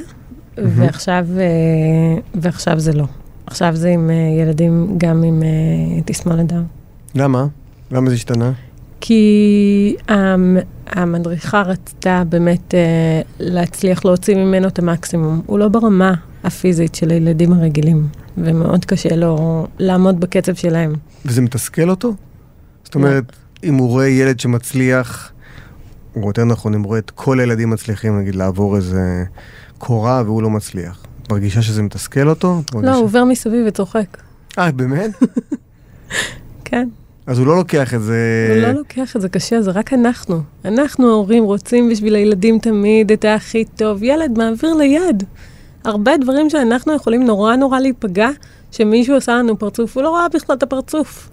Speaker 3: ועכשיו, אה, ועכשיו זה לא. עכשיו זה עם אה, ילדים, גם עם אה, תסמונת דם.
Speaker 2: למה? למה זה השתנה?
Speaker 3: כי המ- המדריכה רצתה באמת אה, להצליח להוציא ממנו את המקסימום. הוא לא ברמה הפיזית של הילדים הרגילים, ומאוד קשה לו לעמוד בקצב שלהם.
Speaker 2: וזה מתסכל אותו? זאת אומרת, אם הוא רואה ילד שמצליח, או יותר נכון, אם הוא רואה את כל הילדים מצליחים, נגיד, לעבור איזה קורה והוא לא מצליח. את מרגישה שזה מתסכל אותו? את
Speaker 3: לא,
Speaker 2: מרגישה-
Speaker 3: הוא עובר מסביב וצוחק.
Speaker 2: אה, באמת?
Speaker 3: כן,
Speaker 2: אז הוא לא לוקח את זה...
Speaker 3: הוא לא לוקח את זה קשה, זה רק אנחנו. אנחנו ההורים רוצים בשביל הילדים תמיד את הכי טוב. ילד מעביר ליד. הרבה דברים שאנחנו יכולים נורא נורא להיפגע, שמישהו עשה לנו פרצוף, הוא לא ראה בכלל את הפרצוף.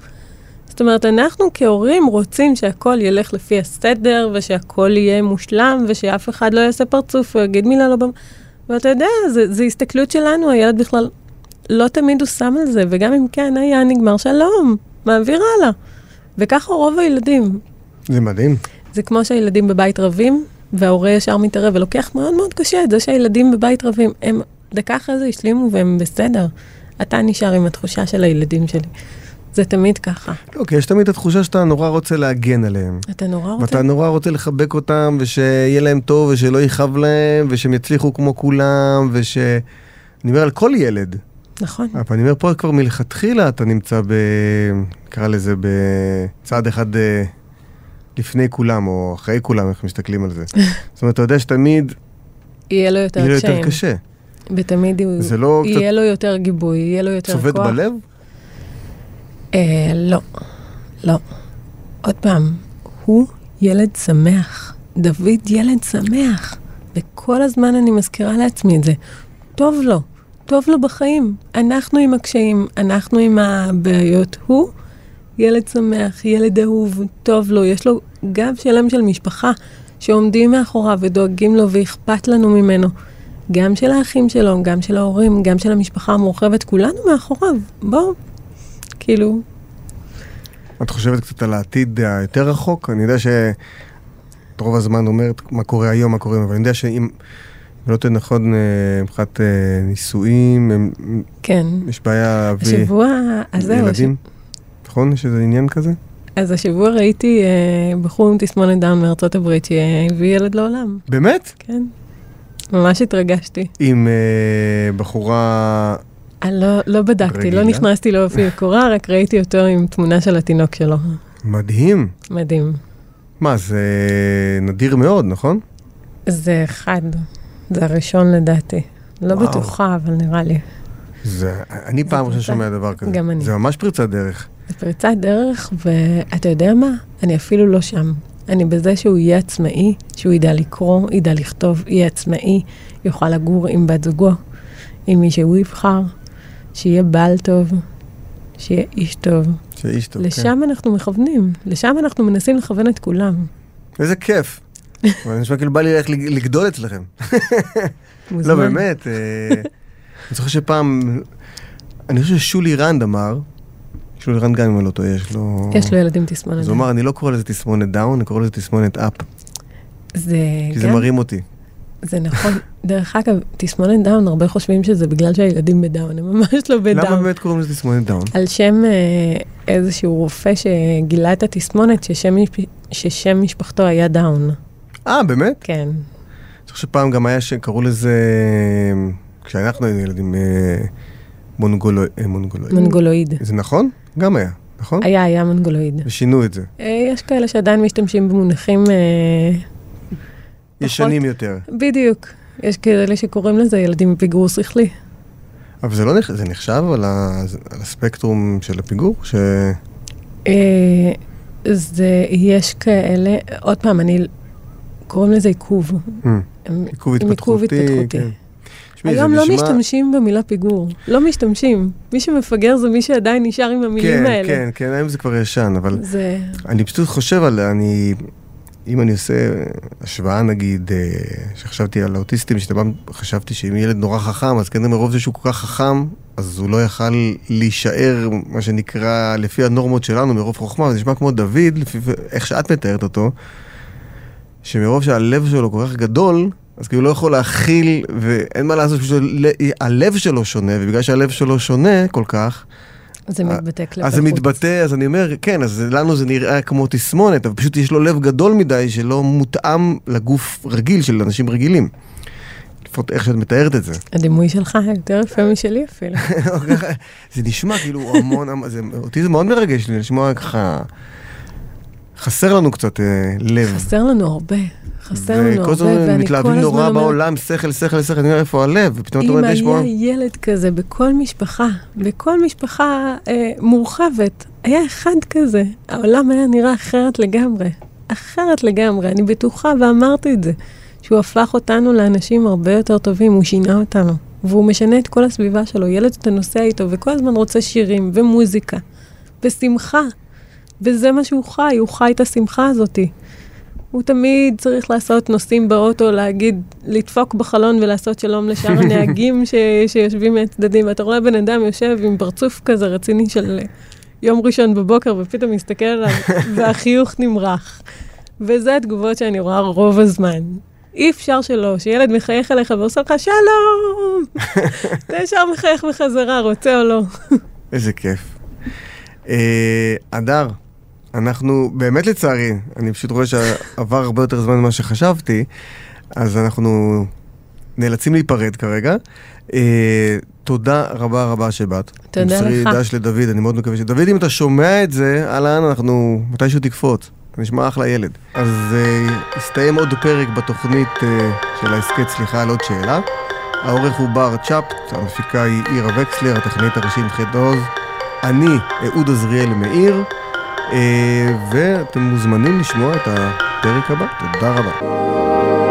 Speaker 3: זאת אומרת, אנחנו כהורים רוצים שהכל ילך לפי הסדר, ושהכל יהיה מושלם, ושאף אחד לא יעשה פרצוף, או יגיד מילה לא במ... ואתה יודע, זה- זו הסתכלות שלנו, הילד בכלל לא תמיד הוא שם על זה, וגם אם כן, היה נגמר שלום, מעביר הלאה. וככה רוב הילדים.
Speaker 2: זה מדהים.
Speaker 3: זה כמו שהילדים בבית רבים, וההורה ישר מתערב ולוקח מאוד מאוד קשה את זה שהילדים בבית רבים. הם דקה אחרי זה השלימו והם בסדר. אתה נשאר עם התחושה של הילדים שלי. זה תמיד ככה.
Speaker 2: לא, כי יש תמיד את התחושה שאתה נורא רוצה להגן עליהם.
Speaker 3: אתה נורא לא רוצה...
Speaker 2: ואתה נורא רוצה לחבק אותם, ושיהיה להם טוב, ושלא יכאב להם, ושהם יצליחו כמו כולם, וש... אני אומר על כל ילד.
Speaker 3: נכון.
Speaker 2: אה, אבל אני אומר, פה כבר מלכתחילה אתה נמצא ב... נקרא לזה בצעד אחד אה, לפני כולם, או אחרי כולם, איך מסתכלים על זה. זאת אומרת, אתה יודע שתמיד
Speaker 3: יהיה לו יותר
Speaker 2: יהיה לו יותר
Speaker 3: קשיים.
Speaker 2: קשה.
Speaker 3: ותמיד הוא...
Speaker 2: זה לא
Speaker 3: יהיה לו יותר גיבוי, יהיה לו יותר
Speaker 2: קצת
Speaker 3: כוח.
Speaker 2: צובט בלב?
Speaker 3: אה, לא. לא. עוד פעם, הוא ילד שמח. דוד ילד שמח. וכל הזמן אני מזכירה לעצמי את זה. טוב לו. טוב לו בחיים. אנחנו עם הקשיים, אנחנו עם הבעיות. הוא ילד שמח, ילד אהוב, טוב לו. יש לו גב שלם של משפחה שעומדים מאחוריו ודואגים לו ואכפת לנו ממנו. גם של האחים שלו, גם של ההורים, גם של המשפחה המורחבת, כולנו מאחוריו. בואו. כאילו,
Speaker 2: את חושבת קצת על העתיד היותר רחוק? אני יודע שאת רוב הזמן אומרת מה קורה היום, מה קורה, אבל אני יודע שאם... אם לא תהיה נכון אה, מבחינת אה, נישואים, הם-
Speaker 3: כן.
Speaker 2: יש בעיה להביא
Speaker 3: השבוע, אז זהו, הש-
Speaker 2: ילדים, נכון? יש איזה עניין כזה?
Speaker 3: אז השבוע ראיתי אה, בחור עם תסמונת דאון מארצות הברית שהביא ילד לעולם,
Speaker 2: באמת?
Speaker 3: כן. ממש התרגשתי.
Speaker 2: עם אה, בחורה
Speaker 3: אני לא, לא בדקתי,
Speaker 2: רגילה?
Speaker 3: לא נכנסתי לאופי הקורה, רק ראיתי אותו עם תמונה של התינוק שלו.
Speaker 2: מדהים.
Speaker 3: מדהים.
Speaker 2: מה, זה נדיר מאוד, נכון?
Speaker 3: זה אחד, זה הראשון לדעתי. לא
Speaker 2: וואו.
Speaker 3: בטוחה, אבל נראה לי.
Speaker 2: זה, אני פעם ראשונה
Speaker 3: פריצה.
Speaker 2: שומע דבר כזה.
Speaker 3: גם אני.
Speaker 2: זה ממש פריצת דרך.
Speaker 3: זה פריצת דרך, ואתה יודע מה? אני אפילו לא שם. אני בזה שהוא יהיה עצמאי, שהוא ידע לקרוא, ידע לכתוב, יהיה עצמאי, יוכל לגור עם בת זוגו, עם מי שהוא יבחר, שיהיה בעל טוב, שיהיה איש טוב.
Speaker 2: שאיש טוב,
Speaker 3: לשם אנחנו מכוונים, לשם אנחנו מנסים לכוון את כולם.
Speaker 2: כן. איזה כיף. אבל אני נשמע כאילו בא לי ללכת לג- לגדול אצלכם.
Speaker 3: מוזמן.
Speaker 2: לא, באמת. אה, אני זוכר שפעם, אני חושב ששולי רנד אמר, שולי רנד גם אם אני לא טועה, יש לו...
Speaker 3: יש לו ילדים תסמונת.
Speaker 2: אז הוא אמר, אני לא קורא לזה תסמונת דאון, אני קורא לזה תסמונת אפ,
Speaker 3: זה
Speaker 2: כי זה
Speaker 3: גם,
Speaker 2: מרים אותי.
Speaker 3: זה נכון. דרך אגב, תסמונת דאון, הרבה חושבים שזה בגלל שהילדים בדאון, הם ממש לא בדאון.
Speaker 2: למה באמת קוראים לזה תסמונת דאון?
Speaker 3: על שם אה, איזשהו רופא שגילה את התסמונת, ששם, משפ- ששם משפחתו היה דאון.
Speaker 2: אה, באמת?
Speaker 3: כן.
Speaker 2: אני חושב שפעם גם היה שקראו לזה, כשאנחנו היינו ילדים, אה, מונגולו- אה, מונגולואיד.
Speaker 3: מונגולואיד.
Speaker 2: זה נכון? גם היה. נכון?
Speaker 3: היה, היה מנגולואיד.
Speaker 2: ושינו את זה.
Speaker 3: אה, יש כאלה שעדיין משתמשים במונחים... אה, נכון.
Speaker 2: ישנים יותר.
Speaker 3: בדיוק. יש כאלה שקוראים לזה ילדים עם פיגור שכלי.
Speaker 2: אבל זה לא נח... זה נחשב על, ה... על הספקטרום של הפיגור? ש...
Speaker 3: אה, זה, יש כאלה, עוד פעם, אני, קוראים לזה עיכוב.
Speaker 2: אה,
Speaker 3: הם-
Speaker 2: עיכוב
Speaker 3: Hmm. עם עיכוב
Speaker 2: התפתחותי.
Speaker 3: התפתחותי.
Speaker 2: כן. תשמעי, זה
Speaker 3: היום לא
Speaker 2: נשמע-
Speaker 3: משתמשים במילה פיגור. לא משתמשים. מי שמפגר זה מי שעדיין נשאר עם המילים
Speaker 2: כן,
Speaker 3: האלה.
Speaker 2: כן, כן, היום זה כבר ישן, אבל
Speaker 3: זה...
Speaker 2: אני פשוט חושב על, אני, אם אני עושה השוואה נגיד, אה, שחשבתי על האוטיסטים, שתמם חשבתי שאם ילד נורא חכם, אז כנראה מרוב זה שהוא כל כך חכם, אז הוא לא יכל להישאר, מה שנקרא, לפי הנורמות שלנו, מרוב חוכמה, זה נשמע כמו דוד, לפי איך שאת מתארת אותו, שמרוב שהלב שלו כל כך גדול, אז כאילו הוא לא יכול להכיל, ואין מה לעשות, פשוט ל- הלב שלו שונה, ובגלל שהלב שלו שונה כל כך,
Speaker 3: זה מתבטא כלפי
Speaker 2: אה, אז זה
Speaker 3: חוץ.
Speaker 2: מתבטא, אז אני אומר, כן, אז לנו זה נראה כמו תסמונת, אבל פשוט יש לו לב גדול מדי שלא מותאם לגוף רגיל של אנשים רגילים. לפחות איך שאת מתארת את זה.
Speaker 3: הדימוי שלך יותר יפה
Speaker 2: אה,
Speaker 3: משלי אפילו.
Speaker 2: כן.
Speaker 3: אוקיי.
Speaker 2: זה נשמע כאילו המון, המון- זה, אותי זה מאוד מרגש לי, לשמוע ככה... חסר לנו קצת אה, לב.
Speaker 3: חסר לנו הרבה. חסר לנו הרבה,
Speaker 2: וכל הזמן
Speaker 3: ואני כל
Speaker 2: מתלהבים
Speaker 3: הזמן
Speaker 2: נורא
Speaker 3: אומרת,
Speaker 2: בעולם, שכל, שכל, שכל, אני אומר, איפה הלב? ופתאום את
Speaker 3: אם
Speaker 2: אומרת, יש פה...
Speaker 3: היה ילד כזה בכל משפחה, בכל משפחה אה, מורחבת, היה אחד כזה, העולם היה נראה אחרת לגמרי. אחרת לגמרי, אני בטוחה ואמרתי את זה, שהוא הפך אותנו לאנשים הרבה יותר טובים, הוא שינה אותנו. והוא משנה את כל הסביבה שלו, ילד שאתה נוסע איתו וכל הזמן רוצה שירים ומוזיקה ושמחה. וזה מה שהוא חי, הוא חי את השמחה הזאתי. הוא תמיד צריך לעשות נוסעים באוטו, להגיד, לדפוק בחלון ולעשות שלום לשאר הנהגים ש... שיושבים מהצדדים. אתה רואה בן אדם יושב עם פרצוף כזה רציני של אה, יום ראשון בבוקר, ופתאום מסתכל עליו, והחיוך נמרח. וזה התגובות שאני רואה רוב הזמן. אי אפשר שלא, שילד מחייך אליך ועושה לך שלום! אתה ישר מחייך בחזרה, רוצה או לא.
Speaker 2: איזה כיף. אה, אדר, אנחנו, באמת לצערי, אני פשוט רואה שעבר הרבה יותר זמן ממה שחשבתי, אז אנחנו נאלצים להיפרד כרגע. אה, תודה רבה רבה שבאת.
Speaker 3: תודה
Speaker 2: תמסרי
Speaker 3: לך.
Speaker 2: דש לדוד, אני מאוד מקווה ש... דוד, אם אתה שומע את זה, אהלן, אנחנו מתישהו תקפוץ. אתה נשמע אחלה ילד. אז אה, הסתיים עוד פרק בתוכנית אה, של ההסכת, סליחה על עוד שאלה. העורך הוא בר צ'פט, המפיקה היא עירה וקסלר, הטכנאית הראשית חית עוז. אני אהוד עזריאל מאיר, אה, ואתם מוזמנים לשמוע את הפרק הבא. תודה רבה.